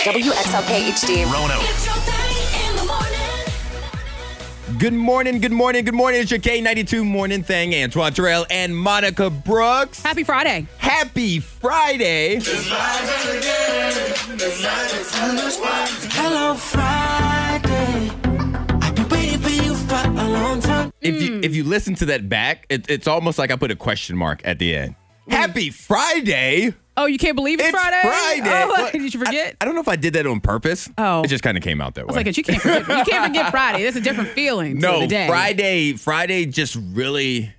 WXLK HD. Rono. It's your thing in the morning. Good morning, good morning, good morning. It's your K92 morning thing. Antoine Terrell and Monica Brooks. Happy Friday. Happy Friday. Hello Friday. I've been waiting for you for a long time. If you if you listen to that back, it, it's almost like I put a question mark at the end. Happy Friday. Oh, you can't believe it's, It's Friday? Friday. Oh, What? did you forget? I don't know if I did that on purpose. Oh. It just kind of came out that I way. was like, you can't forget, you can't forget Friday. That's a different feeling. to no, the day. Friday, Friday just really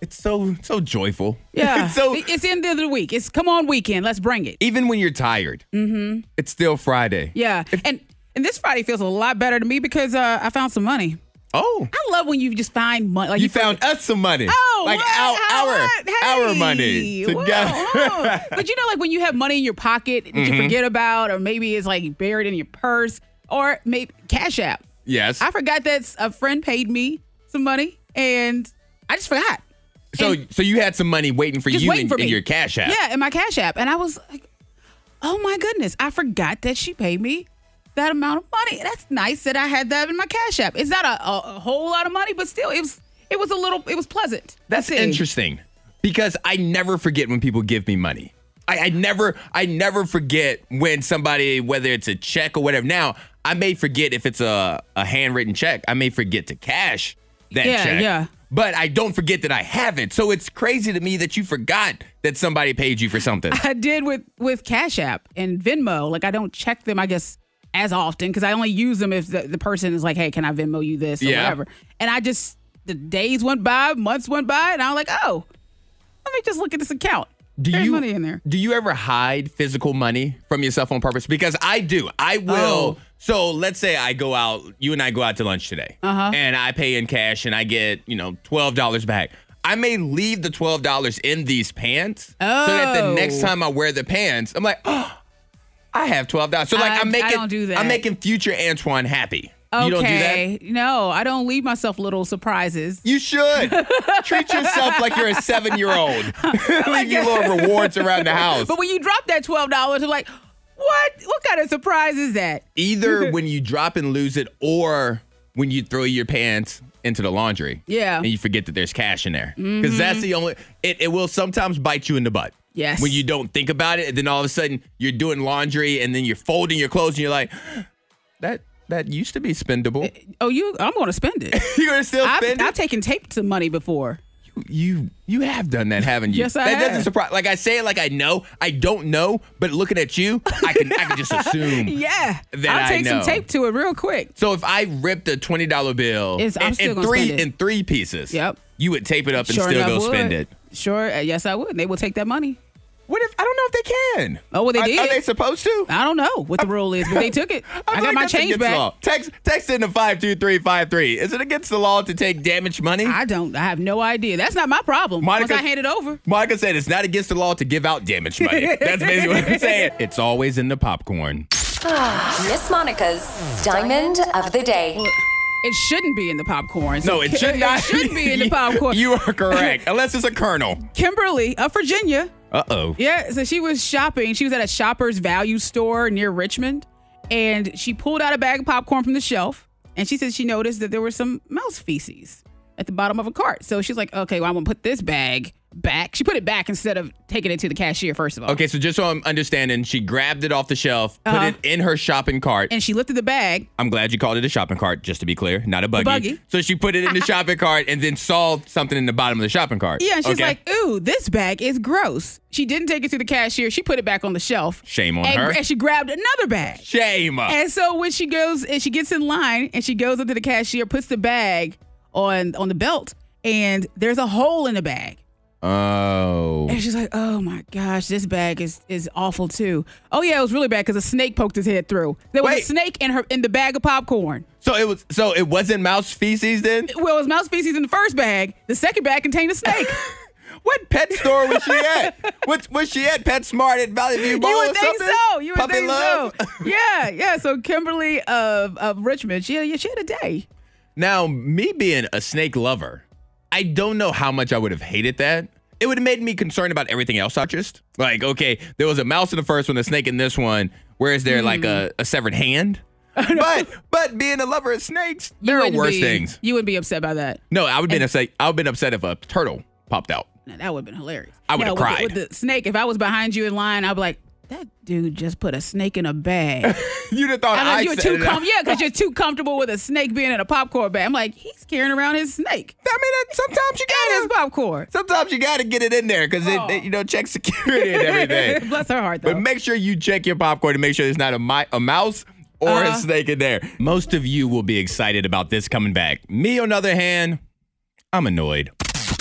it's so so joyful. Yeah. It's so It- it's the end of the week. It's come on weekend. Let's bring it. even when you're tired, mm-hmm. it's still Friday. Yeah. And and this Friday feels a lot better to me because uh, I found some money. Oh. I love when you just find money. Like you found us some money. Oh, like what? our How our what? Hey, our money whoa, together. Mm-hmm. whoa. but you know, like when you have money in your pocket that you forget about, or maybe it's like buried in your purse, or maybe Cash App. yes. I forgot that a friend paid me some money, and I just forgot. so and- so you had some money waiting for Just you waiting in, for in me. your cash app. Yeah, in my Cash App, and I was like, "Oh my goodness, I forgot that she paid me." That amount of money. That's nice that I had that in my cash app. It's not a, a, a whole lot of money, but still, it was it was a little it was pleasant. That's See. interesting because I never forget when people give me money. I, I never I never forget when somebody whether it's a check or whatever. Now I may forget if it's a a handwritten check. I may forget to cash that Yeah, check. yeah. But I don't forget that I have it. So it's crazy to me that you forgot that somebody paid you for something. I did with with Cash App and Venmo. Like I don't check them, I guess, as often because I only use them if the, the person is like, "Hey, can I Venmo you this?" or Yeah. whatever. And I just the days went by, months went by, and I'm like, "Oh, let me just look at this account. Do There's you, money in there." Do you ever hide physical money from yourself on purpose? Because I do. I will. Oh. So let's say I go out, you and I go out to lunch today, Uh-huh. and I pay in cash and I get, you know, $12 back. I may leave the $12 in these pants so that the Oh. next time I wear the pants, I'm like, oh, I have $12. So, like, I- am I making, don't do that. I'm making future Antoine happy. Okay. You don't do that? No, I don't leave myself little surprises. You should. Treat yourself like you're a seven year old. Leave your little rewards around the house. But when you drop that twelve dollars, I'm like, "What? What kind of surprise is that?" either when you drop and lose it or when you throw your pants into the laundry. Yeah. Mm-hmm. And you forget that there's cash in there. Because that's the only, it, it will sometimes bite you in the butt. Yes. When you don't think about it, and then all of a sudden you're doing laundry and then you're folding your clothes and you're like, that that used to be spendable. Oh, you? I'm going to spend it. You're gonna still I've, spend I've it? taken tape to money before. you you have done that, haven't you? Yes, I That doesn't have. surprise. Like I say it like I know. I don't know, but looking at you, I can I can just assume. Yeah. that I I'll take know. some tape to it real quick. So if I ripped a twenty dollar bill It's- I'm in, still in gonna three spend it. in three pieces, Yep. you would tape it up and still enough, go would. spend it. Sure, uh, yes, I would. They will take that money. What if I don't know if they can? Oh, well, they are, did. Are they supposed to? I don't know what the rule is, but they took it. I, feel got like my that's change against the back. law. Text text into five two three five three. Is it against the law to take damaged money? I don't. I have no idea. That's not my problem. Monica- Once I hand it over, Monica said it's not against the law to give out damaged money. That's basically what I'm saying. It's always in the popcorn. Miss Monica's Diamond of the Day. it shouldn't be in the popcorn. So No, it should not. It should be in the popcorn. you are correct, unless it's a kernel. Kimberly of Virginia. Uh oh. Yeah, so she was shopping. She was at a shopper's value store near Richmond, and she pulled out a bag of popcorn from the shelf, and she said she noticed that there were some mouse feces at the bottom of a cart. So she's like, okay, well, I'm gonna put this bag back. She put it back instead of taking it to the cashier, first of all. Okay, so just so I'm understanding, she grabbed it off the shelf, Uh-huh. put it in her shopping cart, And she lifted the bag. I'm glad you called it a shopping cart, just to be clear, not a buggy. buggy. So she put it in the shopping cart and then saw something in the bottom of the shopping cart. Yeah, and she's Okay. like, ooh, this bag is gross. She didn't take it to the cashier. She put it back on the shelf. Shame on and, her. And she grabbed another bag. shame. And so when she goes and she gets in line and she goes up to the cashier, puts the bag on on the belt, and there's a hole in the bag. oh. And she's like, "Oh my gosh, this bag is is awful too." Oh yeah, it was really bad because a snake poked his head through. There was Wait. a snake in her in the bag of popcorn. So it was. So it wasn't mouse feces then. Well, it was mouse feces in the first bag. The second bag contained a snake. What pet store was she at? what was she at? Pet Smart at Valley View Mall you or would think something? so. You would Puppy think love. so. Yeah, yeah. So Kimberly of of Richmond, she had, she had a day. Now, me being a snake lover, I don't know how much I would have hated that. It would have made me concerned about everything else I just. Like, okay, there was a mouse in the first one, a snake in this one. Where is there like a, Hmm. a severed hand? but but being a lover of snakes, there are wouldn't worse be- things. You wouldn't be upset by that. No, I would have been upset. I would have been upset if a turtle popped out. Now, that would have been hilarious. I would've Now, with the- cried. With the, snake, if I was behind you in line, I'd be like, that dude just put a snake in a bag. You'd have thought I'm like, I you're said too it. com- yeah, because you're too comfortable with a snake being in a popcorn bag. I'm like, he's carrying around his snake. I mean, uh, sometimes you And gotta. his popcorn. Sometimes you gotta get it in there because it, it, you know, check security and everything. Bless her heart, though. But make sure you check your popcorn and make sure there's not a, mi- a mouse or Uh-huh. a snake in there. Most of you will be excited about this coming back. Me, on the other hand, I'm annoyed.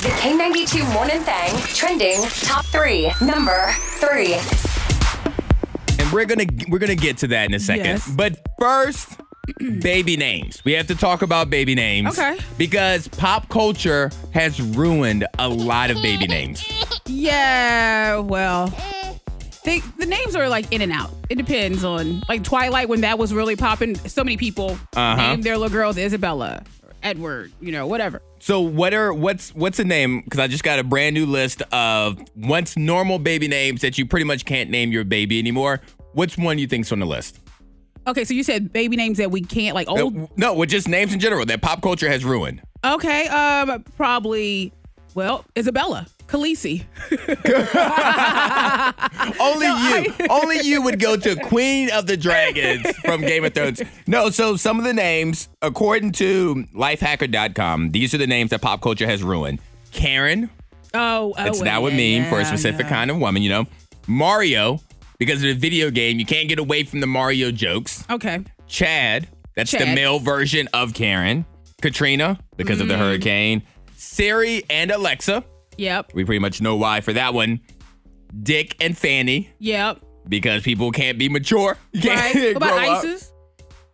The K92 Morning Thang trending top three. Number three. And we're gonna we're gonna get to that in a second. Yes. But first, baby names. We have to talk about baby names. Okay. Because pop culture has ruined a lot of baby names. Yeah, well, they, the names are like in and out. It depends on like Twilight when that was really popping. So many people Uh-huh. named their little girls Isabella, or Edward, you know, whatever. So what are what's what's a name? Because I just got a brand new list of what's normal baby names that you pretty much can't name your baby anymore. What's one you think's on the list? Okay, so you said baby names that we can't like Uh, old. No, well, just names in general that pop culture has ruined. Okay, um, probably. Well, Isabella, Khaleesi. Only you, only you would go to Queen of the Dragons from Game of Thrones. No, so some of the names, according to lifehacker.com, these are the names that pop culture has ruined. Karen, Oh, oh That's well, that would yeah, mean for a yeah, specific yeah. kind of woman, you know. Mario, because of the video game, you can't get away from the Mario jokes. Okay. Chad, that's the Chad. male version of Karen. Katrina, because of the Mm. hurricane. Siri and Alexa. Yep. We pretty much know why for that one. Dick and Fanny, Yep. because people can't be mature. You Right. can't what about grow up. ISIS?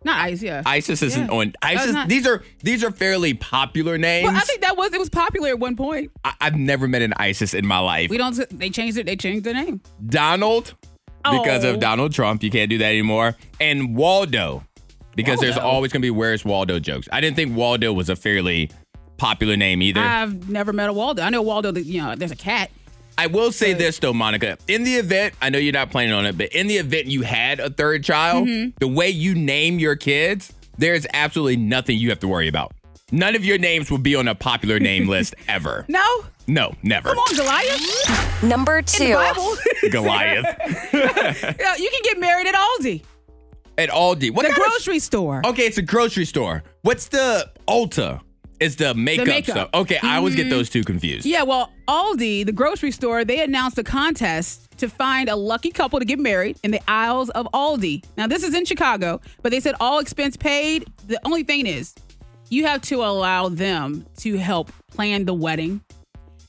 Not ICE. Yeah. ISIS isn't Yeah. on ISIS. not- these are these are fairly popular names. well, I think that was it was popular at one point. I, I've never met an ISIS in my life. We don't. They changed it. They changed their name. Donald because Oh. of Donald Trump. You can't do that anymore. And Waldo because there's Waldo. always going to be Where's Waldo jokes. I didn't think Waldo was a fairly popular name either. I've never met a Waldo. I know Waldo. that, You know, there's a cat. I will say this though, Monica. In the event, I know you're not planning on it, but in the event you had a third child, Mm-hmm. the way you name your kids, there's absolutely nothing you have to worry about. None of your names will be on a popular name list ever. No. No, never. Come on, Goliath. Number two. Bible. Goliath. Yeah, you can get married at Aldi, At Aldi. What the kind of- grocery store. Okay, it's a grocery store. What's the Ulta? It's the makeup, makeup. Mm-hmm. stuff. Okay, I always get those two confused. Yeah. Well, Aldi, the grocery store, they announced a contest to find a lucky couple to get married in the aisles of Aldi. Now, this is in Chicago, but they said all expense paid. The only thing is, you have to allow them to help plan the wedding.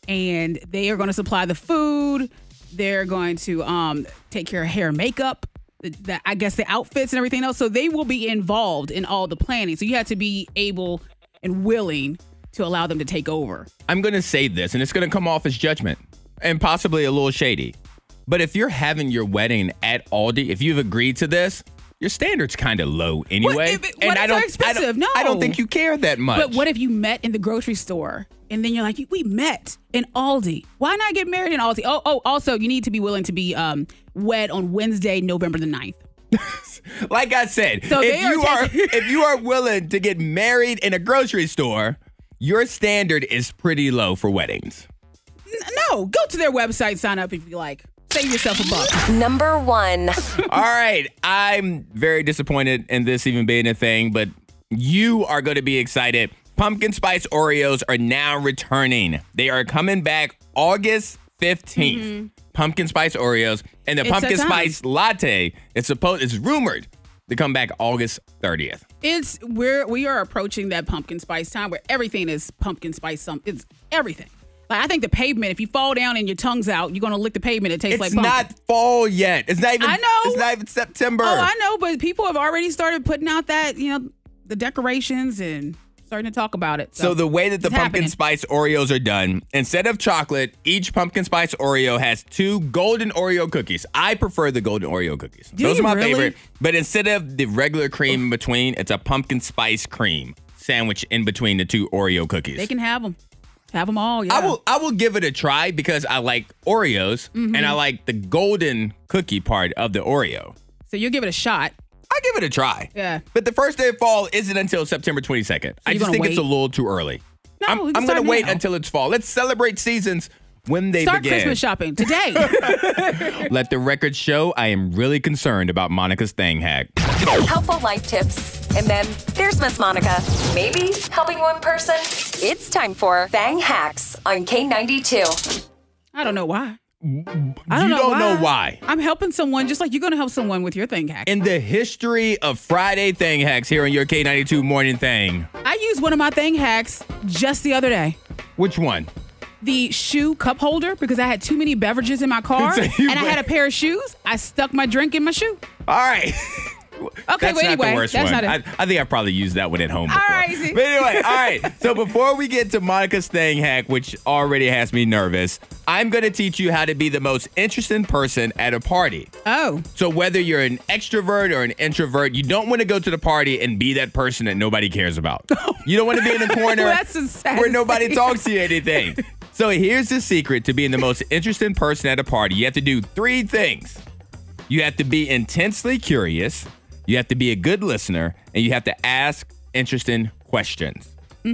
and they are going to supply the food. They're going to um, take care of hair and makeup, the, the, I guess the outfits and everything else. So they will be involved in all the planning. So you have to be able and willing to allow them to take over. I'm gonna say this, and it's gonna come off as judgment and possibly a little shady. But if you're having your wedding at Aldi, if you've agreed to this, your standards kind of low anyway. if it- weddings are I expensive. don't, No. I don't think you care that much. But what if you met in the grocery store and then you're like, we met in Aldi. Why not get married in Aldi? Oh, oh, also, you need to be willing to be um, wed on Wednesday, November the 9th. like I said, So if they are you are taking- if you are willing to get married in a grocery store, your standard is pretty low for weddings. N- No, go to their website, sign up if you like. Save yourself a buck. Number one. All right. I'm very disappointed in this even being a thing, but you are going to be excited. Pumpkin spice Oreos are now returning. They are coming back August 15th. Pumpkin spice Oreos and the Mm-hmm. It's pumpkin that time. spice latte is supposed is rumored to come back August 30th. It's we're we are approaching that pumpkin spice time where everything is pumpkin spice. Some it's everything. Like I think the pavement. If you fall down and your tongue's out, you're gonna lick the pavement. It tastes It's like pumpkin. not fall yet. It's not even I know. it's not even September. Oh, I know, but people have already started putting out that you know the decorations and starting to talk about it. So the way that the it's pumpkin happening. spice Oreos are done, instead of chocolate, each pumpkin spice Oreo has two golden Oreo cookies. I prefer the golden Oreo cookies. Do Those you are my really? favorite. But instead of the regular cream in between, it's a pumpkin spice cream sandwich in between the two Oreo cookies. they can have them, have them all. Yeah, I will I will give it a try Mm-hmm. because I like Oreos and I like the golden cookie part of the Oreo. So you'll give it a shot. I give it a try. Yeah. But the first day of fall isn't until September 22nd. I you're just gonna think it's a wait? little too early. No, I'm, we can I'm gonna start wait now. until it's fall. Let's celebrate seasons when they Start begin. Christmas shopping today. Let the record show I am really concerned about Monica's thing hack. Helpful life tips. And then there's Miss Monica. Maybe helping one person. It's time for Thang Hacks on K92. I don't know why. I don't you know don't why. know why. I'm helping someone just like you're going to help someone with your thing hack. In the history of Friday thing hacks here on your K92 morning thing, I used one of my thing hacks just the other day. which one? The shoe cup holder because I had too many beverages in my car So you and I went- had a pair of shoes. I stuck my drink in my shoe. All right. Okay, That's well, not anyway, the worst that's one. not I it. I think I probably used that one at home before. right, Z. But anyway, all right. So before we get to Monica's thing hack, which already has me nervous, I'm going to teach you how to be the most interesting person at a party. Oh, So whether you're an extrovert or an introvert, you don't want to go to the party and be that person that nobody cares about. You don't want to be in the corner Well, that's the saddest where nobody thing. talks to you anything. So here's the secret to being the most interesting person at a party. You have to do three things. You have to be intensely curious, you have to be a good listener, and you have to ask interesting questions.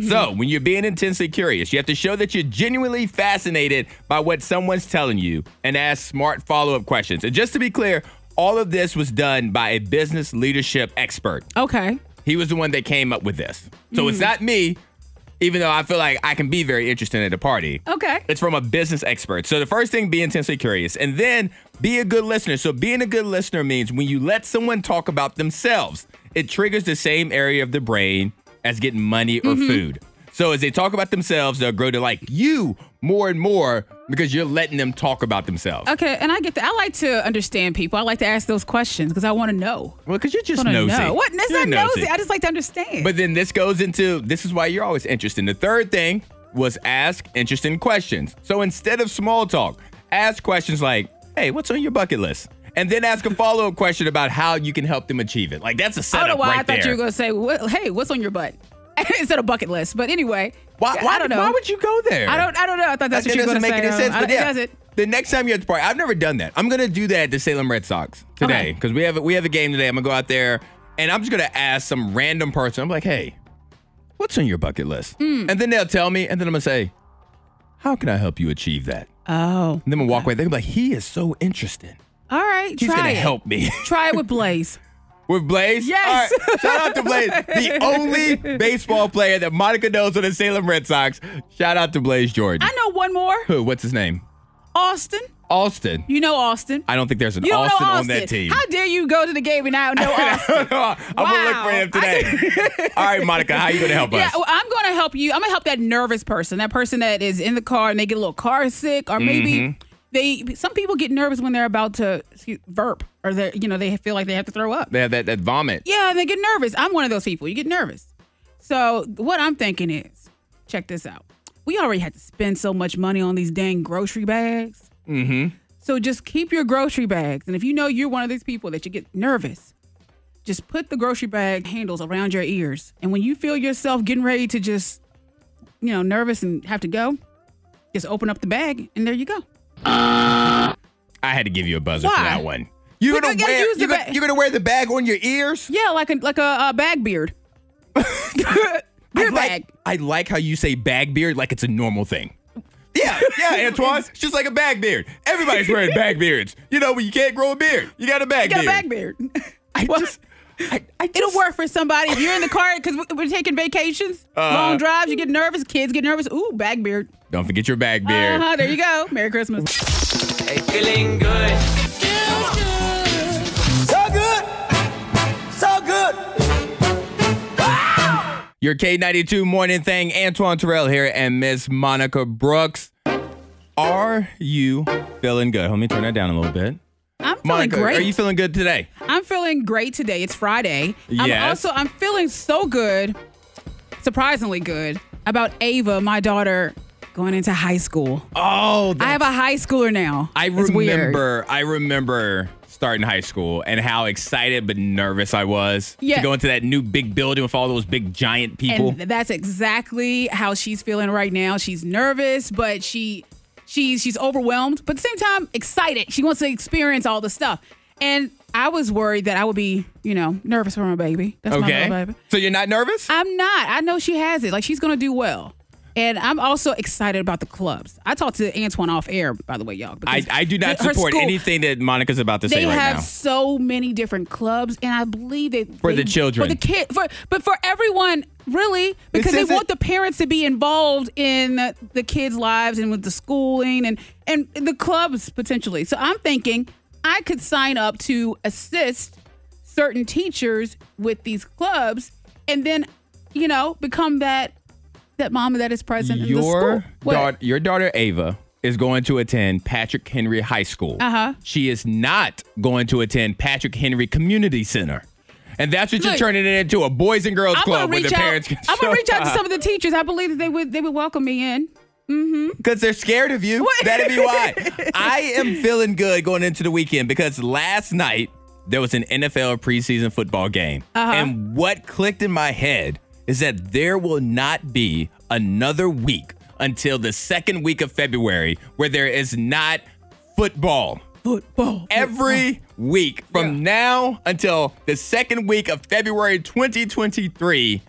So, when you're being intensely curious, you have to show that you're genuinely fascinated by what someone's telling you and ask smart follow up questions. And just to be clear, all of this was done by a business leadership expert. okay. He was the one that came up with this. So, it's not me, even though I feel like I can be very interesting at a party. Okay. It's from a business expert. So the first thing, be intensely curious, and then be a good listener. So being a good listener means when you let someone talk about themselves, it triggers the same area of the brain as getting money or Mm-hmm. food. So as they talk about themselves, they'll grow to like you more and more because you're letting them talk about themselves. Okay, and I get that. I like to understand people. I like to ask those questions because I want to know. Well, because you're just I wanna nosy. know. What? That's You're not nosy. I just like to understand. But then this goes into this is why you're always interesting. The third thing was ask interesting questions. So instead of small talk, ask questions like, hey, what's on your bucket list? And then ask a follow up question about how you can help them achieve it. Like that's a I setup don't know why right I thought there. you were going to say, what, "Hey, what's on your butt?" instead of bucket list. But anyway, why, yeah, why, I don't know. why would you go there? I don't. I don't know. I thought that's that what you were doesn't going to make any say. Um, sense. I- But yeah, It doesn't. the next time you're at the party, I've never done that. I'm gonna do that at the Salem Red Sox today Okay. because we have we have a game today. I'm gonna go out there and I'm just gonna ask some random person. I'm like, hey, what's on your bucket list? Hmm. And then they'll tell me, and then I'm gonna say, how can I help you achieve that? Oh, And then we'll walk away. They're like, he is so interesting. all right. He's try gonna it. help me. Try it with Blaze. With Blaze? Yes. All right. Shout out to Blaze, the only baseball player that Monica knows on the Salem Red Sox. Shout out to Blaze Jordan. I know one more. Who? What's his name? Austin. Austin. You know Austin. I don't think there's an you don't Austin, know Austin on that team. How dare you go to the game and now know Austin? I'm gonna look Wow. for him I today. All right, Monica, how you gonna help Yeah, us? well, I'm going to help you. I'm going to help that nervous person, that person that is in the car and they get a little car sick, or maybe they. Some people get nervous when they're about to excuse, burp, or they, you know, they feel like they have to throw up. They have that, that vomit. Yeah, and they get nervous. I'm one of those people. You get nervous. So what I'm thinking is, check this out. We already had to spend so much money on these dang grocery bags. Mm-hmm. So just keep your grocery bags, and if you know you're one of these people that you get nervous, just put the grocery bag handles around your ears. And when you feel yourself getting ready to just, you know, nervous and have to go, just open up the bag, and there you go. I had to give you a buzzer for Why? that one. You're But gonna I gotta wear use the you're gonna, ba- you're gonna wear the bag on your ears. Yeah, like a like a, uh bag beard. I Beer like, bag. I like how you say bag beard like it's a normal thing. Yeah, yeah, Antoine. It's just like a bag beard. Everybody's wearing bag beards. You know, when you can't grow a beard, you got a bag Got a beard. bag beard. I just, I, I just, It'll work for somebody. If you're in the car, because we're taking vacations, Uh, long drives, you get nervous, kids get nervous. Ooh, bag beard. Don't forget your bag beard. Uh-huh, there you go. Merry Christmas. Feeling good. Feels good. So good. So good. Your K92 morning thing, Antoine Terrell here and Miss Monica Brooks. Are you feeling good? Let me turn that down a little bit. I'm feeling Monica, great. are you feeling good today? I'm feeling great today. It's Friday. Yes. I'm also I'm feeling so good, surprisingly good, about Ava, my daughter, going into high school. Oh, I have a high schooler now. I It's weird. remember I remember starting high school and how excited but nervous I was Yeah. to go into that new big building with all those big giant people. and that's exactly how she's feeling right now. She's nervous, but she she's she's overwhelmed, but at the same time excited. She wants to experience all the stuff. And I was worried that I would be, you know, nervous for my baby. That's my little Okay. baby. So you're not nervous? I'm not. I know she has it. Like she's gonna do well. And I'm also excited about the clubs. I talked to Antoine off air, by the way, y'all. I, because I do not her support school- anything that Monica's about to They say right have now. so many different clubs, and I believe they For they- the children. for the kid, for but for everyone, really, because they isn't- want the parents to be involved in the, the kids' lives and with the schooling and and the clubs potentially. So I'm thinking I could sign up to assist certain teachers with these clubs, and then you know become that that mama that is present in the school. your What? daughter, your daughter Ava is going to attend Patrick Henry High School. Uh-huh. She is not going to attend Patrick Henry Community Center. And that's what you're Look, turning it into a boys and girls I'm club gonna where the reach out. parents can I'm gonna show reach out to up. some of the teachers. I believe that they would they would welcome me in. Because they're scared of you. What? That'd be why. I am feeling good going into the weekend because last night there was an NFL preseason football game. Uh-huh. And what clicked in my head is that there will not be another week until the second week of February where there is not football. Football. Every week from now until the second week of February 2023,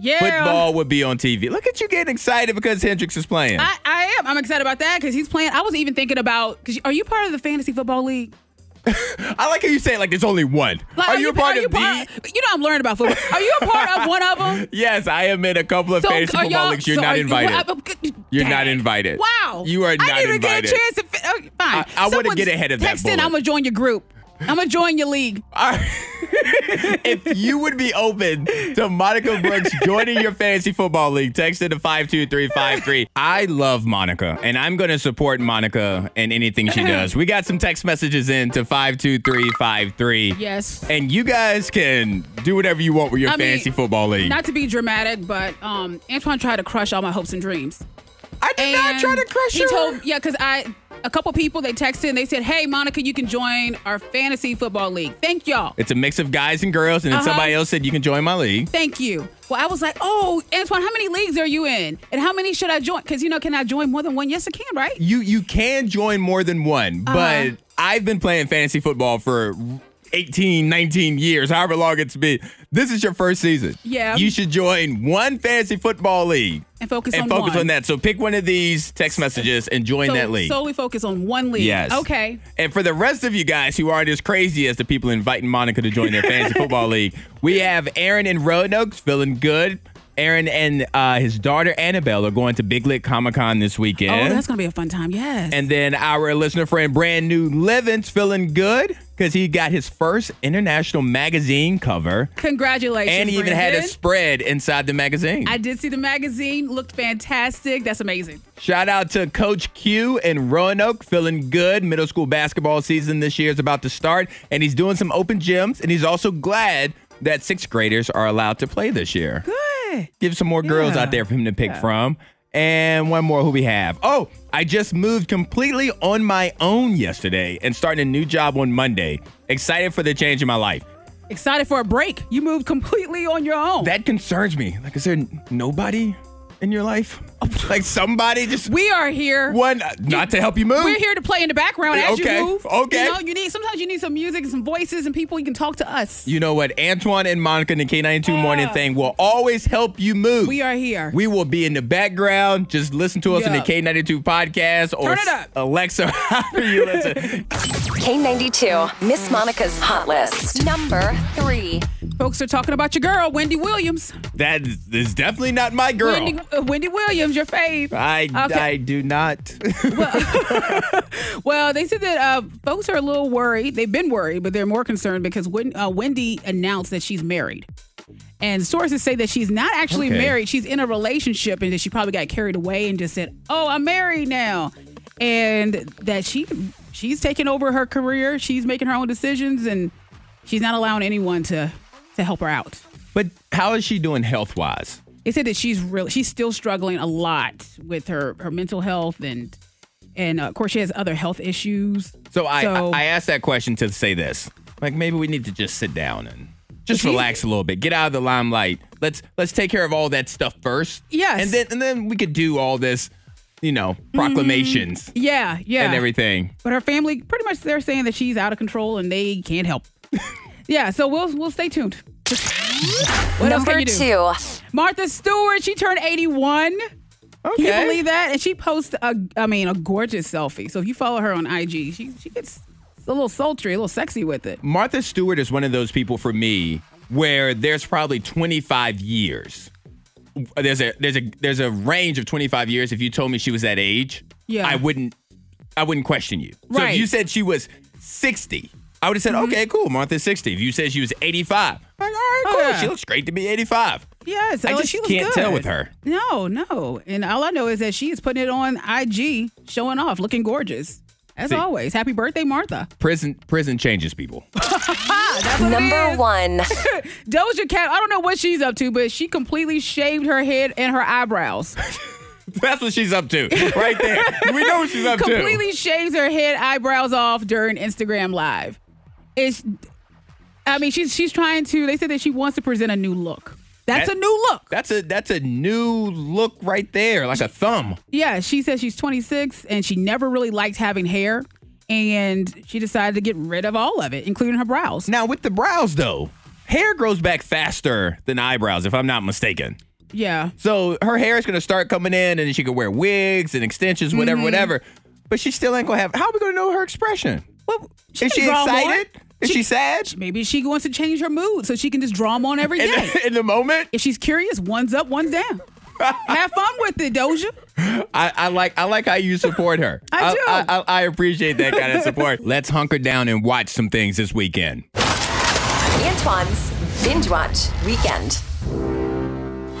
Yeah. football will be on TV. Look at you getting excited because Hendrix is playing. I, I am. I'm excited about that because he's playing. I was even thinking about because are you part of the fantasy football league? I like how you say it like there's only one. Like, are, you a part of are you the? you know, I'm learning about football. Are you a part of one of them? Yes, I am in a couple of fantasy are football y'all- leagues. You're so not are you- invited. I'm- I'm- You're not Dang. invited. Wow. You are I not didn't even invited. get a chance to. fi- Okay, fine. I- I wouldn't Someone's get ahead of that Text in. bullet. I'm gonna join your group. I'm gonna join your league. All right. if you would be open to Monica Brooks joining your fantasy football league, text it to 52353. I love Monica, and I'm going to support Monica and anything she does. We got some text messages in to 52353. Yes. And you guys can do whatever you want with your I mean, fantasy football league. Not to be dramatic, but um, Antoine tried to crush all my hopes and dreams. I did not And try to crush he her. told yeah because i a couple people they texted and they said hey monica you can join our fantasy football league thank y'all It's a mix of guys and girls, and then Uh-huh. somebody else said you can join my league. thank you well i was like oh antoine how many leagues are you in and how many should i join because you know can i join more than one yes i can right You you can join more than one, Uh-huh. but I've been playing fantasy football for 18, 19 years, however long it's been. This is your first season. Yeah. You should join one fantasy football league and focus and on focus one. on that. So pick one of these text messages and join So- that league. solely focus on one league Yes. okay And for the rest of you guys who aren't as crazy as the people inviting Monica to join their fantasy football league, we have Aaron in Roanoke feeling good. Aaron and uh, his daughter Annabelle are going to Big Lick Comic Con this weekend. oh that's gonna be a fun time yes and then our listener friend, brand new Levin's, feeling good because he got his first international magazine cover congratulations and he even had a Brandon. spread inside the magazine. I did see the magazine looked fantastic that's amazing Shout out to Coach Q in Roanoke, feeling good. Middle school basketball season this year is about to start, and he's doing some open gyms, and he's also glad that sixth graders are allowed to play this year. Good. Give some more girls Yeah. out there for him to pick from. And one more who we have. Oh, I just moved completely on my own yesterday and starting a new job on Monday. Excited for the change in my life. excited for a break you moved completely on your own That concerns me. Like, is there nobody in your life? Like somebody just we are here one not to help you move. We're here to play in the background as Okay, you move. okay. You know, you need sometimes you need some music and some voices and people you can talk to us. You know what? Antoine and Monica and the K92 Morning Thing will always help you move. We are here. We will be in the background. Just listen to us in the Yeah. K92 podcast or Turn it up. Alexa, however you listen. K92, Miss Monica's Hot List. Number three. Folks are talking about your girl, Wendy Williams. that is is definitely not my girl. Wendy, uh, Wendy Williams, your fave. I, Okay. I do not. Well, they said that uh, folks are a little worried. They've been worried, but they're more concerned because when uh, Wendy announced that she's married, and sources say that she's not actually Okay. married. She's in a relationship, and that she probably got carried away and just said, "Oh, I'm married now," and that she she's taking over her career. She's making her own decisions, and she's not allowing anyone to to help her out. but how is she doing health wise? They said that she's really she's still struggling a lot with her her mental health and. And uh, of course, she has other health issues. So I, So- I I asked that question to say this. Like maybe we need to just sit down and just She- relax a little bit. Get out of the limelight. Let's let's take care of all that stuff first. Yes. And then and then we could do all this, you know, proclamations Mm-hmm. Yeah, yeah. and everything. But her family, pretty much, they're saying that she's out of control and they can't help. Yeah, so we'll we'll stay tuned. What else can Number you do? two. Martha Stewart, she turned 81. Can you Okay. believe that? And she posts a, I mean, a gorgeous selfie. So if you follow her on IG, she she gets a little sultry, a little sexy with it. Martha Stewart is one of those people for me where there's probably 25 years. There's a there's a there's a range of 25 years. If you told me she was that age, Yeah. I wouldn't I wouldn't question you. So Right. Mm-hmm. if you said she was 60, I would have said, okay, cool, Martha's 60. If you said she was 85, I'm like, all right, Oh, cool. yeah. She looks great to be 85. Yes, I like, just she was can't good. tell with her. No, no. And all I know is that she is putting it on IG, showing off, looking gorgeous. As See. always, happy birthday, Martha. Prison prison changes people. Number one. Doja Cat, I don't know what she's up to, but she completely shaved her head and her eyebrows. That's what she's up to. Right there. we know what she's up to. completely shaves her head eyebrows off during Instagram Live. It's, I mean, she's she's trying to. They said that she wants to present a new look. That's That- a new look. That's a that's a new look right there, like a thumb. Yeah, she says she's 26 and she never really liked having hair, and she decided to get rid of all of it, including her brows. Now with the brows though, hair grows back faster than eyebrows, if I'm not mistaken. Yeah, So her hair is gonna start coming in, and then she could wear wigs and extensions, whatever, Mm-hmm. whatever. But she still ain't gonna have. How are we gonna know her expression? well, is can she draw more. excited? Is she, sad? Maybe she wants to change her mood so she can just draw them on every in, day. the, in the moment, if she's curious, one's up, one's down. Have fun with it, Doja. I, I like I like how you support her. I do. I, I, I appreciate that kind of support. Let's hunker down and watch some things this weekend. Antoine's Binge Watch Weekend.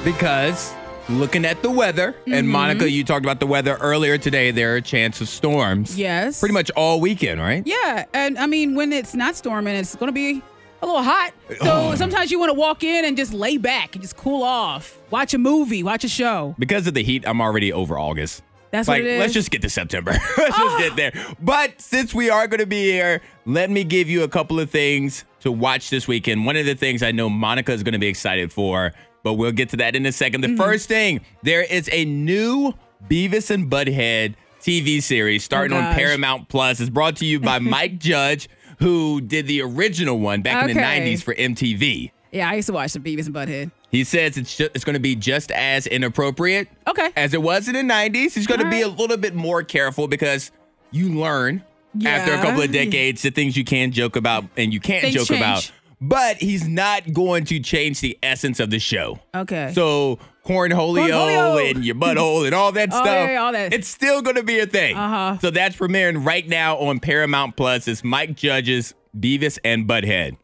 because looking at the weather, Mm-hmm. and Monica, you talked about the weather earlier today, there are chances of storms. Yes. Pretty much all weekend, right? Yeah, and I mean when it's not storming, it's going to be a little hot. Oh. So sometimes you want to walk in and just lay back and just cool off, watch a movie, watch a show. Because of the heat, I'm already over August. That's like, what it is. Ah. let's just get to September. let's just get there. But since we are going to be here, let me give you a couple of things to watch this weekend. One of the things I know Monica is going to be excited for, but we'll get to that in a second. Mm-hmm. The first thing, there is a new Beavis and Butthead TV series starting on Oh, gosh. Paramount Plus. It's brought to you by Mike Judge, who did the original one back in the Okay. 90s for MTV. yeah, I used to watch the Beavis and Butthead. He says it's ju- it's going to be just as inappropriate Okay. as it was in the 90s. He's going to be a All little bit more careful because you learn after a Yeah. couple of decades the things you can joke about and you can't Things joke change. about. But he's not going to change the essence of the show. Okay. So cornholio, Cornholio. and your butthole and all that Oh, stuff. yeah, yeah, all that. It's still going to be a thing. Uh-huh. So that's premiering right now on Paramount Plus. It's Mike Judge's Beavis and Butthead.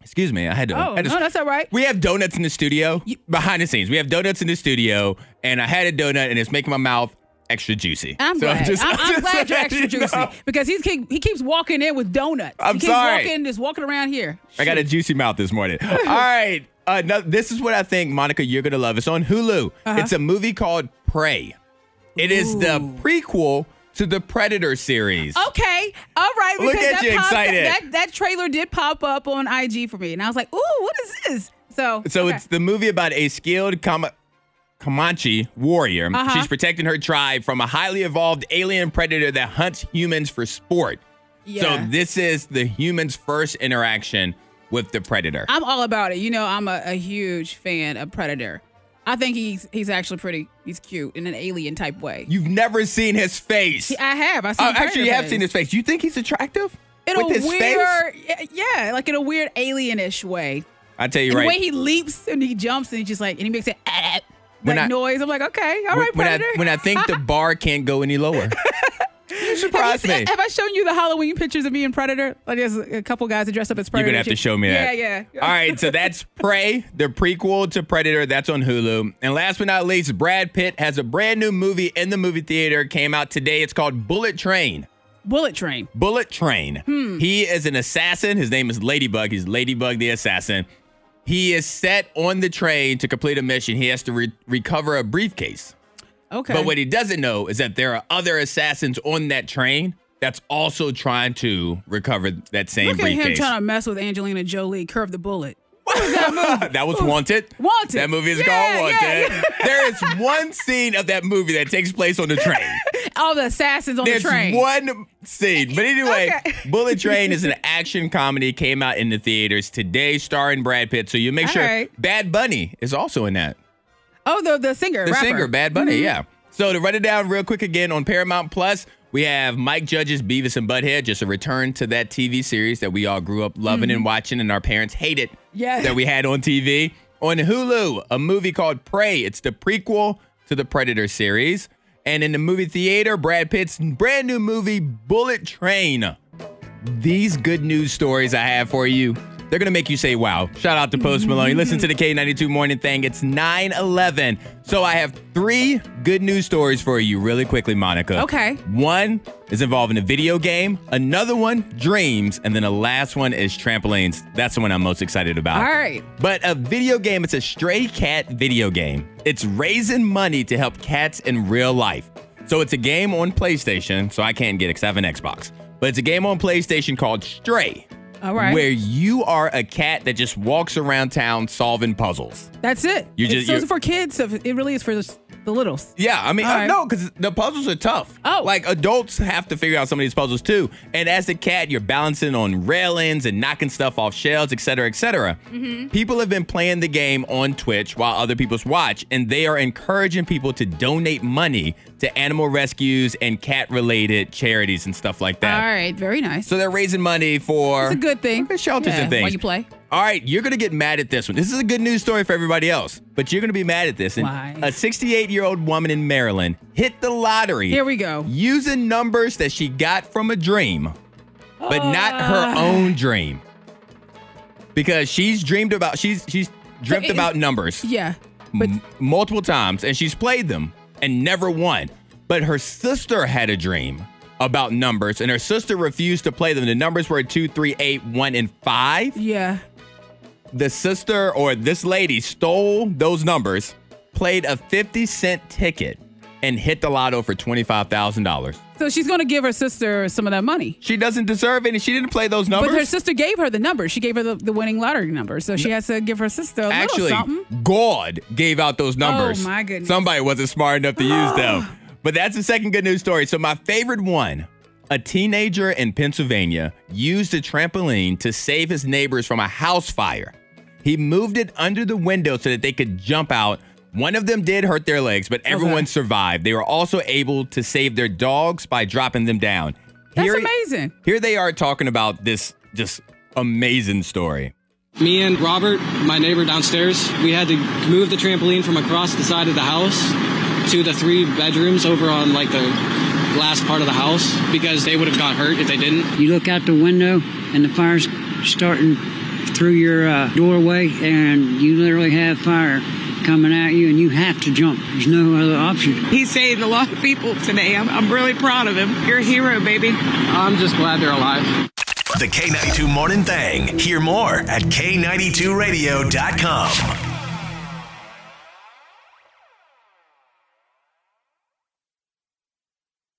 Excuse me, I had to. Oh, I had to no, that's all right. we have donuts in the studio. Behind the scenes, we have donuts in the studio, and I had a donut, and it's making my mouth extra juicy. I'm So glad. I'm, just- I'm, just glad you're letting extra you know. juicy because he's keep, he keeps walking in with donuts. I'm he keeps sorry. Walking, just walking around here. I got a juicy mouth this morning. All right, uh, no- this is what I think, Monica. You're gonna love. It's on Hulu. Uh-huh. It's a movie called Prey. It is the prequel to the Predator series. Oh, Okay. All right. Look Because at that you, popped- excited. That, that trailer did pop up on IG for me, and I was like, "Ooh, what is this?" So. So okay. it's the movie about a skilled Kama- Comanche warrior. Uh-huh. She's protecting her tribe from a highly evolved alien predator that hunts humans for sport. Yeah. So this is the human's first interaction with the predator. I'm all about it. You know, I'm a, a huge fan of Predator. I think he's he's actually pretty. He's cute in an alien type way. You've never seen his face. I have. I seen Oh, Predator actually, you have face. seen his face. You think he's attractive? in a with his face? weird, yeah, like in a weird alienish way. I tell you And right. The way he leaps and he jumps and he just like and he makes it ah, ah, When that I- noise. I'm like, okay, all when, right, when Predator. I when I think the bar can't go any lower. you surprised me. have I shown you the Halloween pictures of me and Predator? Like there's a couple guys that dressed up as You're Predator. gonna have to show me that. Yeah, yeah. All right, so that's Prey, the prequel to Predator. That's on Hulu. And last but not least, Brad Pitt has a brand new movie in the movie theater. Came out today. It's called Bullet Train. Bullet Train. Bullet Train. Hmm. He is an assassin. His name is Ladybug. He's Ladybug the assassin. He is set on the train to complete a mission. He has to re- recover a briefcase. Okay. But what he doesn't know is that there are other assassins on that train that's also trying to recover that same Look at briefcase. him trying to mess with Angelina Jolie. Curve the bullet. that was Wanted. Wanted. That movie is Yeah, called Wanted. yeah, There is one scene of that movie that takes place on the train. all the assassins on There's the train. one scene. But anyway, Okay. Bullet Train is an action comedy, came out in the theaters today, starring Brad Pitt. So you make All sure right. Bad Bunny is also in that. Oh, the the singer, The rapper. Mm-hmm. singer, Bad Bunny, yeah. So to run it down real quick again on Paramount Plus, we have Mike Judge's Beavis and Butthead, just a return to that TV series that we all grew up loving Mm-hmm. and watching and our parents hated Yes. that we had on TV. On Hulu, a movie called Prey. It's the prequel to the Predator series. And in the movie theater, Brad Pitt's brand new movie, Bullet Train. These good news stories I have for you, they're going to make you say, wow. Shout out to Post Malone. You listen to the K92 Morning Thing. It's 9 11. So I have three good news stories for you, really quickly, Monica. Okay. One is involving a video game, another one, dreams, and then the last one is trampolines. That's the one I'm most excited about. All right. But a video game, it's a stray cat video game. It's raising money to help cats in real life. So it's a game on PlayStation, so I can't get it because I have an Xbox. But it's a game on PlayStation called Stray, All right. where you are a cat that just walks around town solving puzzles. That's it. You It's- just- so you- it's for kids. So it really is for the, the littles. Yeah, I mean, All uh, right. no, because the puzzles are tough. Oh. Like, adults have to figure out some of these puzzles too. And as a cat, you're balancing on railings and knocking stuff off shelves, et cetera, et cetera. Mm-hmm. People have been playing the game on Twitch while other people's watch, and they are encouraging people to donate money to animal rescues and cat related charities and stuff like that. All right. Very nice. So they're raising money for It's a good thing. for shelters Yeah, and things. while you play. All right, you're gonna get mad at this one. This is a good news story for everybody else, but you're gonna be mad at this. And Why? A 68 year old woman in Maryland hit the lottery. Here we go. Using numbers that she got from a dream, but not her Ah. own dream, because she's dreamed about she's she's dreamt it is- about numbers yeah. but multiple times and she's played them and never won. But her sister had a dream about numbers and her sister refused to play them. The numbers were two, three, eight, one, and five. Yeah. The sister or this lady stole those numbers, played a 50 cent ticket, and hit the lotto for $25,000. So she's gonna give her sister some of that money. She doesn't deserve any. She didn't play those numbers. But her sister gave her the number. She gave her the, the winning lottery number. So she has to give her sister a actually little something. Oh, God gave out those numbers. my goodness. Somebody wasn't smart enough to use them. But that's the second good news story. So my favorite one, a teenager in Pennsylvania used a trampoline to save his neighbors from a house fire. He moved it under the window so that they could jump out. One of them did hurt their legs, but everyone survived. They were also able to save their dogs by dropping them down. That's Here- amazing. Here they are talking about this just amazing story. Me and Robert, my neighbor downstairs, we had to move the trampoline from across the side of the house to the three bedrooms over on like the last part of the house because they would have got hurt if they didn't. You look out the window and the fire's starting through your uh, doorway, and you literally have fire coming at you, and you have to jump. There's no other option. He saved a lot of people today. I'm, I'm really proud of him. You're a hero, baby. I'm just glad they're alive. The K92 Morning Thing. Hear more at K92Radio.com.